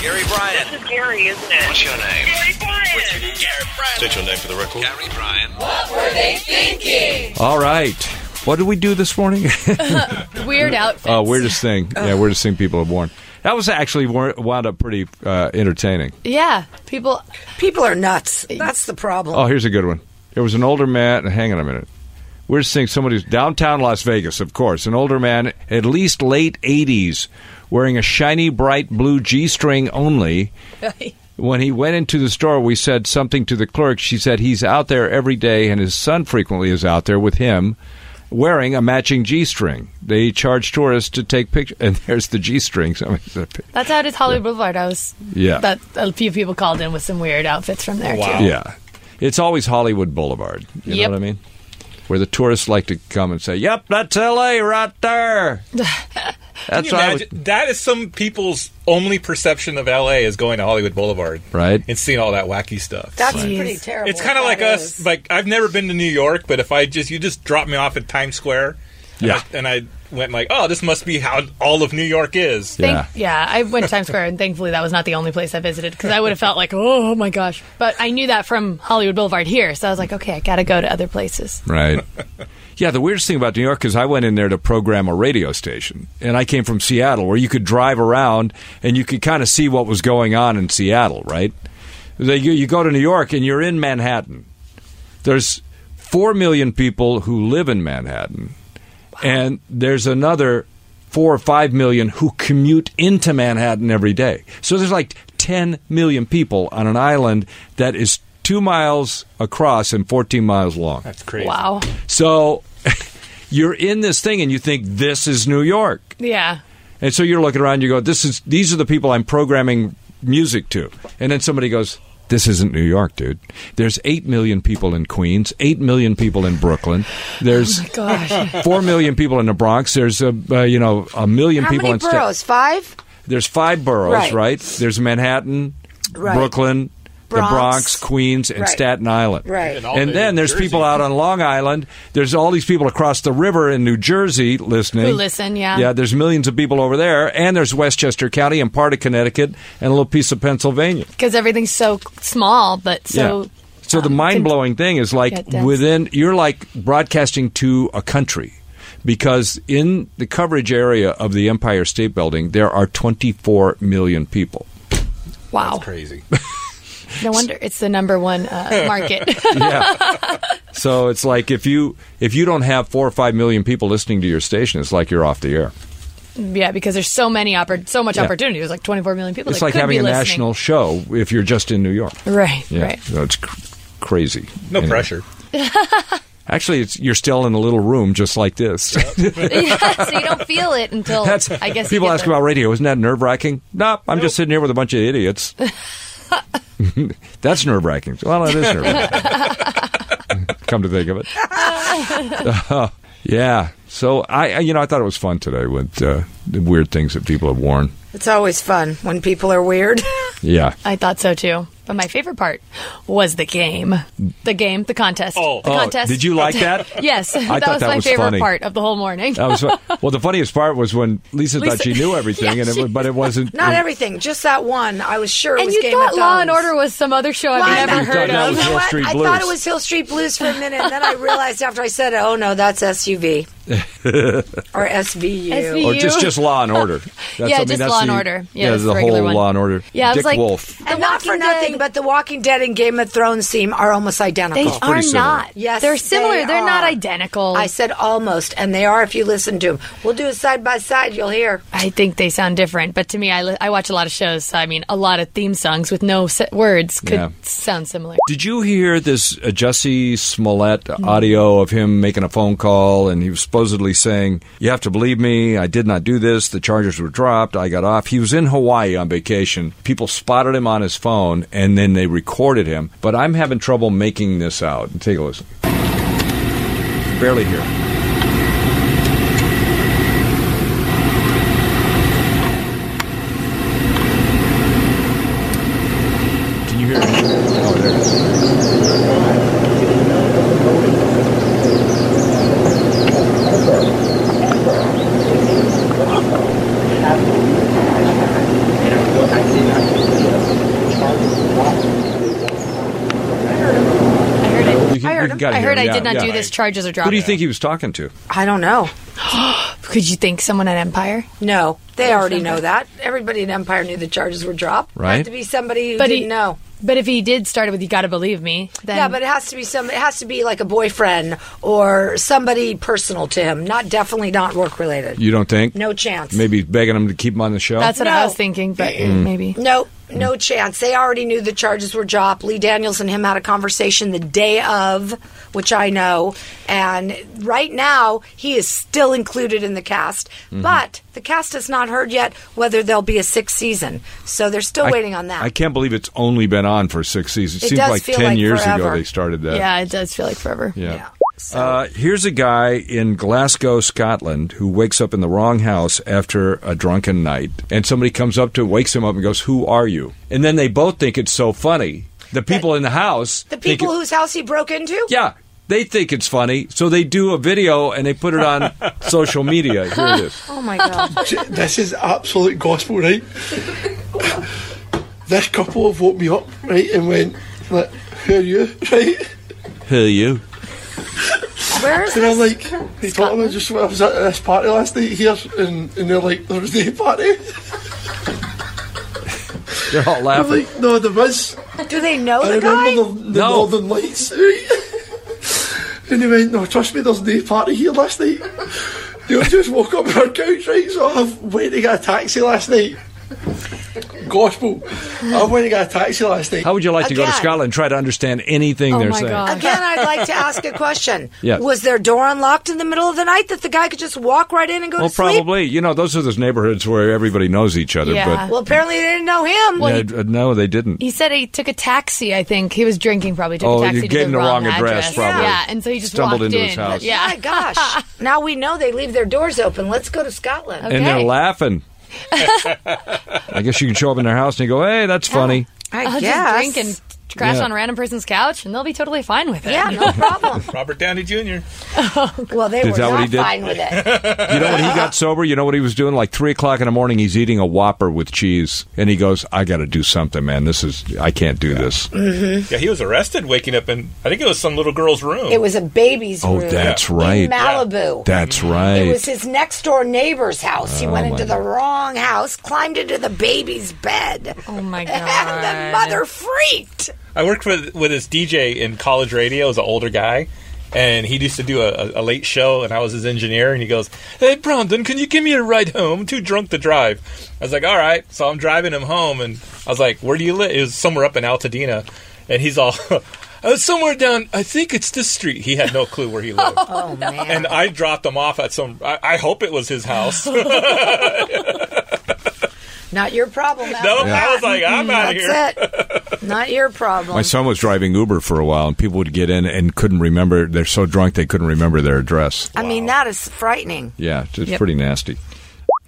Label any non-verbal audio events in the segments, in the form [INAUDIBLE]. Gary Bryan. This is Gary, isn't it? What's your name? Gary Bryan. Gary Bryan. State your name for the record. Gary Bryan. All right. What did we do this morning? [LAUGHS] Weird outfits. Oh, weirdest thing. Yeah, weirdest thing people have worn. That was actually wor- wound up pretty uh, entertaining. Yeah, people. People are nuts. That's the problem. Oh, here's a good one. There was an older man. Hang on a minute. We're seeing somebody's downtown Las Vegas, of course. An older man, at least late 80s, wearing a shiny, bright blue G string only. When he went into the store, we said something to the clerk. She said he's out there every day, and his son frequently is out there with him wearing a matching G string. They charge tourists to take pictures, [LAUGHS] and there's the G strings. I mean, it's a pic- That's out at Hollywood Boulevard. I was. Yeah. That a few people called in with some weird outfits from there too. Yeah. It's always Hollywood Boulevard. You know Yep. what I mean? Where the tourists like to come and say, "Yep, that's L.A. right [LAUGHS] there." Can That's you what I was- imagine- that is some people's only perception of LA is going to Hollywood Boulevard, Right. And seeing all that wacky stuff. That's Jeez. pretty terrible. it's kind of That like us. is. Like I've never been to New York, but if I just you just drop me off at Times Square, and Yeah. I- and I went like, oh, this must be how all of New York is. Thank- Yeah. yeah, I went to Times Square, and thankfully that was not the only place I visited because I would have felt like, oh my gosh. But I knew that from Hollywood Boulevard here, so I was like, okay, I gotta go to other places. Right. [LAUGHS] Yeah, the weirdest thing about New York is I went in there to program a radio station, and I came from Seattle, where you could drive around and you could kind of see what was going on in Seattle, right? They- You, you go to New York and you're in Manhattan. There's four million people who live in Manhattan, and there's another four or five million who commute into Manhattan every day. So there's like 10 million people on an island that is two miles across and 14 miles long. That's crazy. Wow. So [LAUGHS] you're in this thing and you think this is New York. Yeah. And so you're looking around and you go, This is these are the people I'm programming music to. And then somebody goes, This isn't New York, dude. There's eight million people in Queens, eight million people in Brooklyn. There's Gosh. Oh four million people in the Bronx. There's a uh, you know a million How people many in sta- boroughs? Five? There's five boroughs, right? Right. There's Manhattan, Right. Brooklyn, Bronx. the Bronx, Queens, and Right. Staten Island. Right. And all And day then in there's Jersey. people out on Long Island. There's all these people across the river in New Jersey listening. Who listen, yeah. Yeah, there's millions of people over there. And there's Westchester County and part of Connecticut and a little piece of Pennsylvania. Because everything's so small, but so. yeah. So the um, mind blowing thing is Yeah, like it does. within, you're like broadcasting to a country because in the coverage area of the Empire State Building, there are 24 million people. Wow. [LAUGHS] Crazy. No wonder it's the number one uh, market. [LAUGHS] yeah. So it's like if you if you don't have four or five million people listening to your station, it's like you're off the air. yeah, because there's so many oppor- so much Yeah. opportunity. There's like 24 million people. it's that like could having be a listening. national show if you're just in New York. Right. Yeah, [LAUGHS] Right. [LAUGHS] so it's cr- crazy. No Anyway. pressure. Actually, it's you're still in a little room just like this. yeah, so you don't feel it until That's I guess you people get ask the- about radio. Isn't that nerve wracking? Nope, I'm just sitting here with a bunch of [LAUGHS] idiots. [LAUGHS] That's nerve wracking. Well, it is nerve wracking. [LAUGHS] Come to think of [LAUGHS] it, Uh, yeah. So I, I- you know, I thought it was fun today with uh, the weird things that people have worn. It's always fun when people are weird. [LAUGHS] Yeah, I thought so too. But my favorite part was the game, the game, the contest, Oh. the Oh, contest. did you [LAUGHS] like that? yes, I that thought was that my was favorite funny. Oh. part of the whole morning. that was fun. well. The funniest part was when Lisa, thought Lisa- she knew everything, [LAUGHS] Yeah, and it, she- wa- but it wasn't. Not it- everything, just that one. I was sure it and was you Game thought of Law and Thrones. Order was some other show Why I've not? never You thought heard that was of. You know Hill what? Street I Blues. thought it was Hill Street Blues for a minute, and then I realized after I said, it, "Oh no, [LAUGHS] that's SUV or SVU." SVU. Or just You. just [LAUGHS] Law and Order. That's, Yeah, just Law and Order. Yeah, Yeah, that's the the regular whole one. Law and Order. Yeah, I was Dick like- Wolf. And not for Walking nothing, Dead. but The Walking Dead and Game of Thrones theme are almost They identical. are similar. not. Yes, they're they similar. They are not are. identical. I said almost, and they are if you listen to them. We'll do it side by side. You'll hear. I think they sound different, but to me, I, li- I watch a lot of shows. So I mean, a lot of theme songs with no set words could Yeah. sound similar. Did you hear this uh, Jussie Smollett audio of him making a phone call and he was supposedly saying, You have to believe me, I did not do this, the charges were dropped, I got off. He was in Hawaii on vacation. People spotted him on his phone and then they recorded him. But I'm having trouble making this out. Take a listen. Barely hear. Can you hear it? Oh, there it is. Thank you. him? Got I heard him, I did yeah, not yeah. do this. Charges are dropped. Who do you think he was talking to? I don't know. Could you think someone at Empire? No, they already know that. Everybody in Empire knew the charges were dropped. Right. Had to be somebody who But didn't he- know. But if he did start it with "You gotta believe me," then Yeah, but it has to be some. It has to be like a boyfriend or somebody personal to him. Not definitely not work related. You don't think? No chance. Maybe begging him to keep him on the show. that's what I No. was thinking. But Mm. [CLEARS THROAT] maybe No, no chance. They already knew the charges were dropped. Lee Daniels and him had a conversation the day of, which I know. And right now, he is still included in the cast. Mm-hmm. But the cast has not heard yet whether there'll be a sixth season. So they're still I- waiting on that. I can't believe it's only been on for six seasons. It, It seems does like feel ten like years ago forever. they started that. yeah, it does feel like forever. Yeah. Yeah. So, Uh, here's a guy in Glasgow, Scotland, who wakes up in the wrong house after a drunken night, and somebody comes up to wakes him up and goes, "Who are you?" And then they both think it's so funny. The people in the house, the think people it- whose house he broke into? yeah, they think it's funny, so they do a video and they put it on [LAUGHS] social media. Here it is. Oh my God. this is absolute gospel, right? this couple have woke me up, right, and went, like, who are you, right? Hey, you. Where [LAUGHS] is And I'm this? like, they told me just when I was at this party last night here, and, and they're like, there was no party. They're all I'm laughing. like, no, there was. Do they know I the guy? remember the, the No. Northern Lights, right? [LAUGHS] and he went, no, trust me, there's no party here last night. You just woke up on our couch, right? So I went to get a taxi last night. Gospel. I went to get a taxi last night. How would you like to go to Again. Scotland and try to understand anything Oh they're my saying? God. Again, I'd like to ask a question. [LAUGHS] Yes. Was their door unlocked in the middle of the night that the guy could just walk right in and go Well, to sleep? probably. You know, those are those neighborhoods where everybody knows each other. Yeah. Well, apparently they didn't know him. But yeah, uh, no, they didn't. He said he took a taxi. I think he was drinking. Probably took Oh, a you taxi gave to him the, the wrong address, probably. Yeah, and so he just Stumbled walked into in. his house. Yeah. My [LAUGHS] gosh. now we know they leave their doors open. Let's go to Scotland. Okay. and they're [LAUGHS] laughing. I guess you can show up in their house and you go, "Hey, Oh. that's funny." I I'll guess. just drink and crash Yeah. on a random person's couch, and they'll be totally fine with it. [LAUGHS] yeah, no problem. Robert Downey Jr. Well, they Is were that not what he did? fine with it. You know when he got sober, you know what he was doing? Like three o'clock in the morning, he's eating a Whopper with cheese, and he goes, "I got to do something, man. This is I can't do this." Yeah, he was arrested waking up in, I think it was some little girl's room. It was a baby's Oh, room. that's in right. Malibu. That's It was right. his next door neighbor's house. He went Oh, my into the wrong house, climbed into the baby's bed. Oh my god. [LAUGHS] And the mother freaked. I worked with with this DJ in college radio. He's an older guy, and he used to do a, a, a late show, and I was his engineer. And he goes, "Hey, Brandon, can you give me a ride home? I'm too drunk to drive." I was like, "All right." So I'm driving him home, and I was like, "Where do you live?" It was somewhere up in Altadena, and he's all. [LAUGHS] I was somewhere down. I think it's this street. He had no clue [LAUGHS] where he lived, Oh, man. and I dropped him off at some. I, I hope it was [LAUGHS] his house. [LAUGHS] no, Not your problem. No, I was like, I'm out of here. That's it. Not your problem. My son was driving Uber for a while, and people would get in and couldn't remember. They're so drunk they couldn't remember their address. I mean, that is frightening. Yeah, it's Yep. pretty nasty.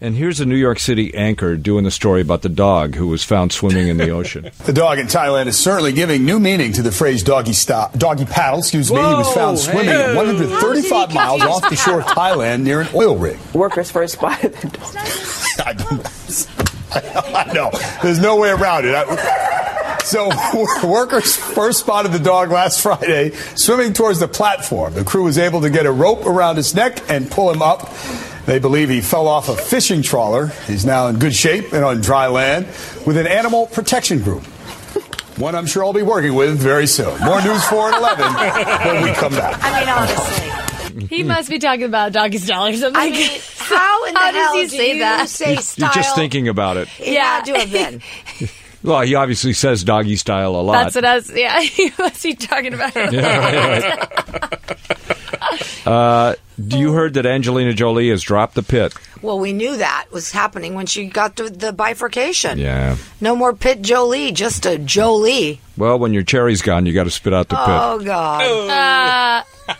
And here's a New York City anchor doing the story about the dog who was found swimming [LAUGHS] in the ocean. The dog in Thailand is certainly giving new meaning to the phrase doggy stop, doggy paddle, excuse me. He was found swimming at 135 miles off the shore of Thailand near an oil rig. workers first spotted the dog. [LAUGHS] I, I know. There's no way around it. I- so, [LAUGHS] workers first spotted the dog last Friday swimming towards the platform. The crew was able to get a rope around his neck and pull him up. They believe he fell off a fishing trawler. He's now in good shape and on dry land with an animal protection group. One I'm sure I'll be working with very soon. More news 4 at 11 when we come back. I mean, honestly. He must be talking about doggy style or [LAUGHS] something. I get, [LAUGHS] how in How the does hell he do say you that? say You're style? just thinking about it. Yeah, Yeah. to have been. Well, he obviously says doggy style a lot. [LAUGHS] That's what I was. Yeah, [LAUGHS] he must be talking about. [LAUGHS] Uh, Do you heard that Angelina Jolie has dropped the pit? Well, we knew that was happening when she got to the bifurcation. Yeah. No more Pit Jolie, just a Jolie. Well, when your cherry's gone, you got to spit out the Oh God! Uh,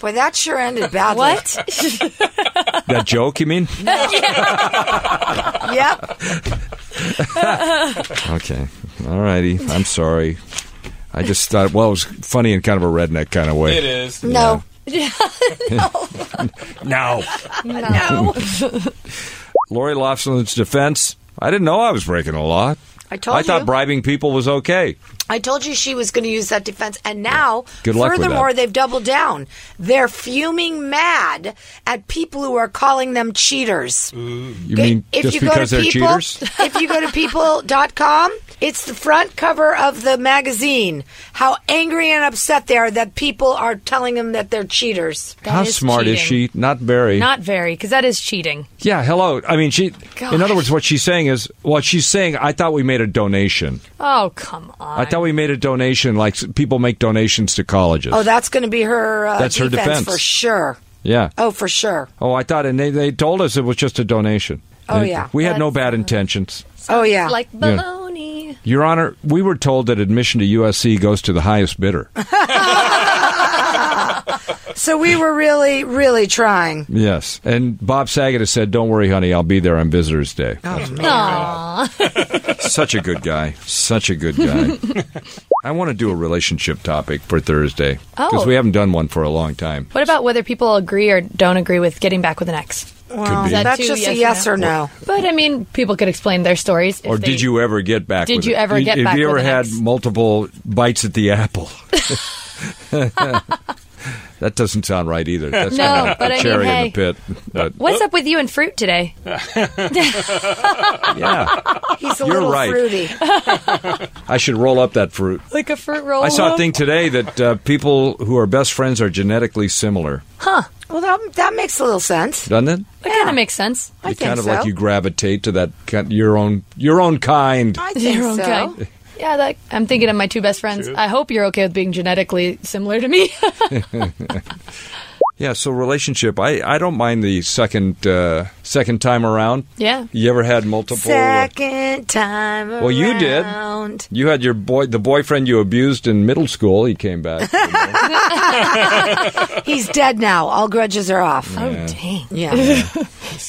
Boy, that sure ended badly. [LAUGHS] What? pit. That joke, you mean? Yep. Okay. All righty. I'm sorry. I just thought, well, it was funny in kind of a redneck kind of way. It is. No. No. no. Lori Loughlin's defense I didn't know I was breaking the law. I told I you. thought bribing people was okay. I told you she was going to use that defense, and now, Good luck with that. furthermore, they've doubled down. They're fuming mad at people who are calling them cheaters. You mean just because they're cheaters? [LAUGHS] if you go to people.com, it's the front cover of the magazine. How angry and upset they are that people are telling them that they're cheaters. That How is smart is cheating. she? Not very. Not very, because that is cheating. yeah, hello. I mean, she. In other words, what she's saying is, what she's saying, I thought we made a donation. Oh, come on. I thought we made a donation, like s- people make donations to colleges. Oh, that's going to be her. Uh, That's her defense. for sure. yeah. Oh, for sure. Oh, I thought, and they, they told us it was just a donation. Oh, They- yeah. We had no bad intentions. Oh yeah. like baloney. Your Honor, we were told that admission to USC goes to the highest bidder. so we were really, really trying. yes. And Bob Saget has said, Don't worry, honey, I'll be there on Visitor's Day. Such a good guy. Such a good guy. I want to do a relationship topic for Thursday because Oh. we haven't done one for a long time. What about whether people agree or don't agree with getting back with an ex? Could be. that That's too, just a yes or no? yes or no. But I mean, people could explain their stories. if or they- did you ever get back? Did with you it? ever get Have back you ever with an had ex? multiple bites at the [LAUGHS] apple? [LAUGHS] that doesn't sound right either. That's No, kind of but a I mean, cherry hey. in the pit. But What's up with you and fruit [LAUGHS] today? [LAUGHS] yeah, He's a You're little right. fruity. I should roll up that fruit. Like a fruit roll? I saw a thing today that uh, people who are best friends are genetically similar. Well, that, that makes a little sense. Doesn't it? That kind of makes sense. I It's think kind of so. like you gravitate to that kind, your own your own kind. I think [LAUGHS] You're so. okay. Yeah, that, I'm thinking of my two best friends. I hope you're okay with being genetically similar to me. [LAUGHS] Yeah, so relationship. I, I don't mind the second uh, second time around. Yeah. You ever had multiple? uh, Second time Well, you did. around. You had your boy, the boyfriend you abused in middle school. He came [LAUGHS] back. He's dead now. All grudges are off. oh, dang. [LAUGHS] Yeah.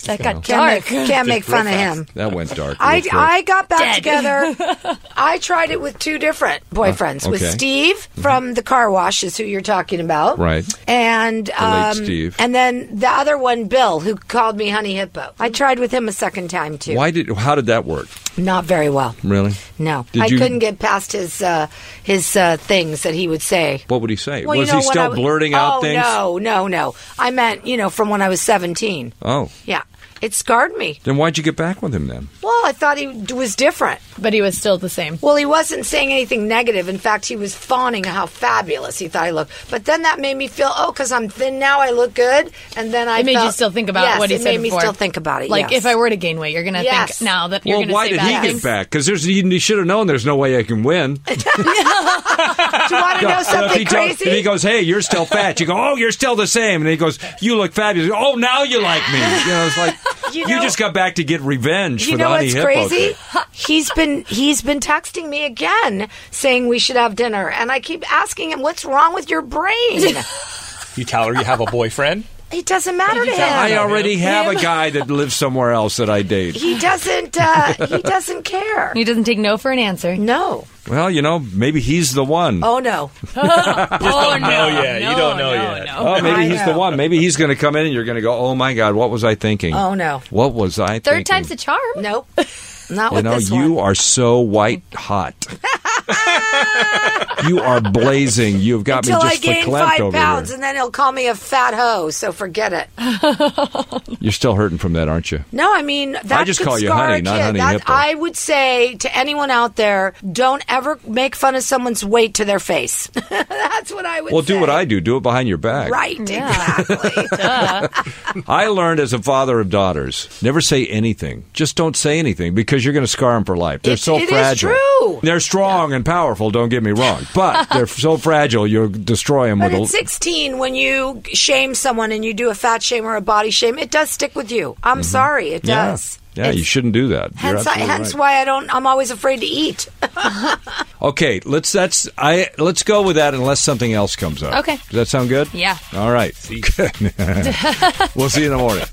That got dark. Can't make, can't make fun of him. that went dark. I, real quick. I got back Dead. [LAUGHS] together. I tried it with two different boyfriends. Uh, With okay. Mm-hmm. Steve from the car wash is who you're talking about, Right. And late um, Steve. and then the other one, Bill, who called me Honey Hippo. I tried with him a second time too. Why did? How did that work? Not very well. Really? No, Did I you- couldn't get past his uh, his uh, things that he would say. What would he say? Well, you was know, he when still I w- blurting oh, out things? No, no, no. I meant you know from when I was seventeen. Oh, Yeah, it scarred me. then why'd you get back with him then? Well, I thought he d- was different. But he was still the same. Well, he wasn't saying anything negative. In fact, he was fawning how fabulous he thought he looked. But then that made me feel, oh, because I'm thin now, I look good. And then I It made you felt- still think about yes, what he it said made me before. still think about it. Like, yes. if I were to gain weight, you're going to Yes. think now that you're well, going to why say did bad he things. get back? Because there's you you should have known there's no way I can win. do you want to know if, he something tells- crazy? if he goes, "Hey, you're still fat," you go, "Oh, you're still the same," and he goes, "You look fabulous." Oh, now you like me. You know, it's like [LAUGHS] You you, know- just got back to get revenge you for the know honey what's hippo. crazy? thing. He's been he's been texting me again saying we should have dinner, and I keep asking him, "What's wrong with [LAUGHS] your brain?" You tell her you have a boyfriend. it doesn't matter to him. tell I Yeah. already have a guy that lives somewhere else that I date. he doesn't. Uh, he [LAUGHS] doesn't care. He doesn't take no for an answer. No. Well, you know, maybe he's the one. Oh no. [LAUGHS] Oh, no. know yet. You don't know no, yet. no. Oh, I maybe he's know. the one. Maybe he's going to come in and you're going to go, "Oh my God, what was I thinking? Oh no. What was I Third thinking?" time's the charm. Nope. Not You with know, this you one. are so white [LAUGHS] hot. you are blazing. You've got Until me I just gain verklempt five over pounds, here. and then he'll call me a fat hoe. So forget it. You're still hurting from that, aren't you? No, I mean that just could call you scar a honey, not kid. honey That- hippo. I would say to anyone out there, don't ever make fun of someone's weight to their face. [LAUGHS] That's what I would. Well, say. do what I do. Do it behind your back. Right, Yeah. exactly. I learned as a father of daughters, never say anything. Just don't say anything because you're going to scar them for life. They're It- so it is fragile. true. They're strong and powerful. Don't get me wrong, [LAUGHS] but they're so fragile you'll destroy them But with a. at 16, when you shame someone and you do a fat shame or a body shame, it does stick with you. I'm sorry, it Mm-hmm. yeah, does. yeah. You It's- shouldn't do that. You're Hence, I, absolutely hence right. why I don't. I'm always afraid to eat. Okay, let's that's I let's go with that unless something else comes up. Okay. Does that sound good? [LAUGHS] Yeah. All right. Good. [LAUGHS] we'll see you in the morning.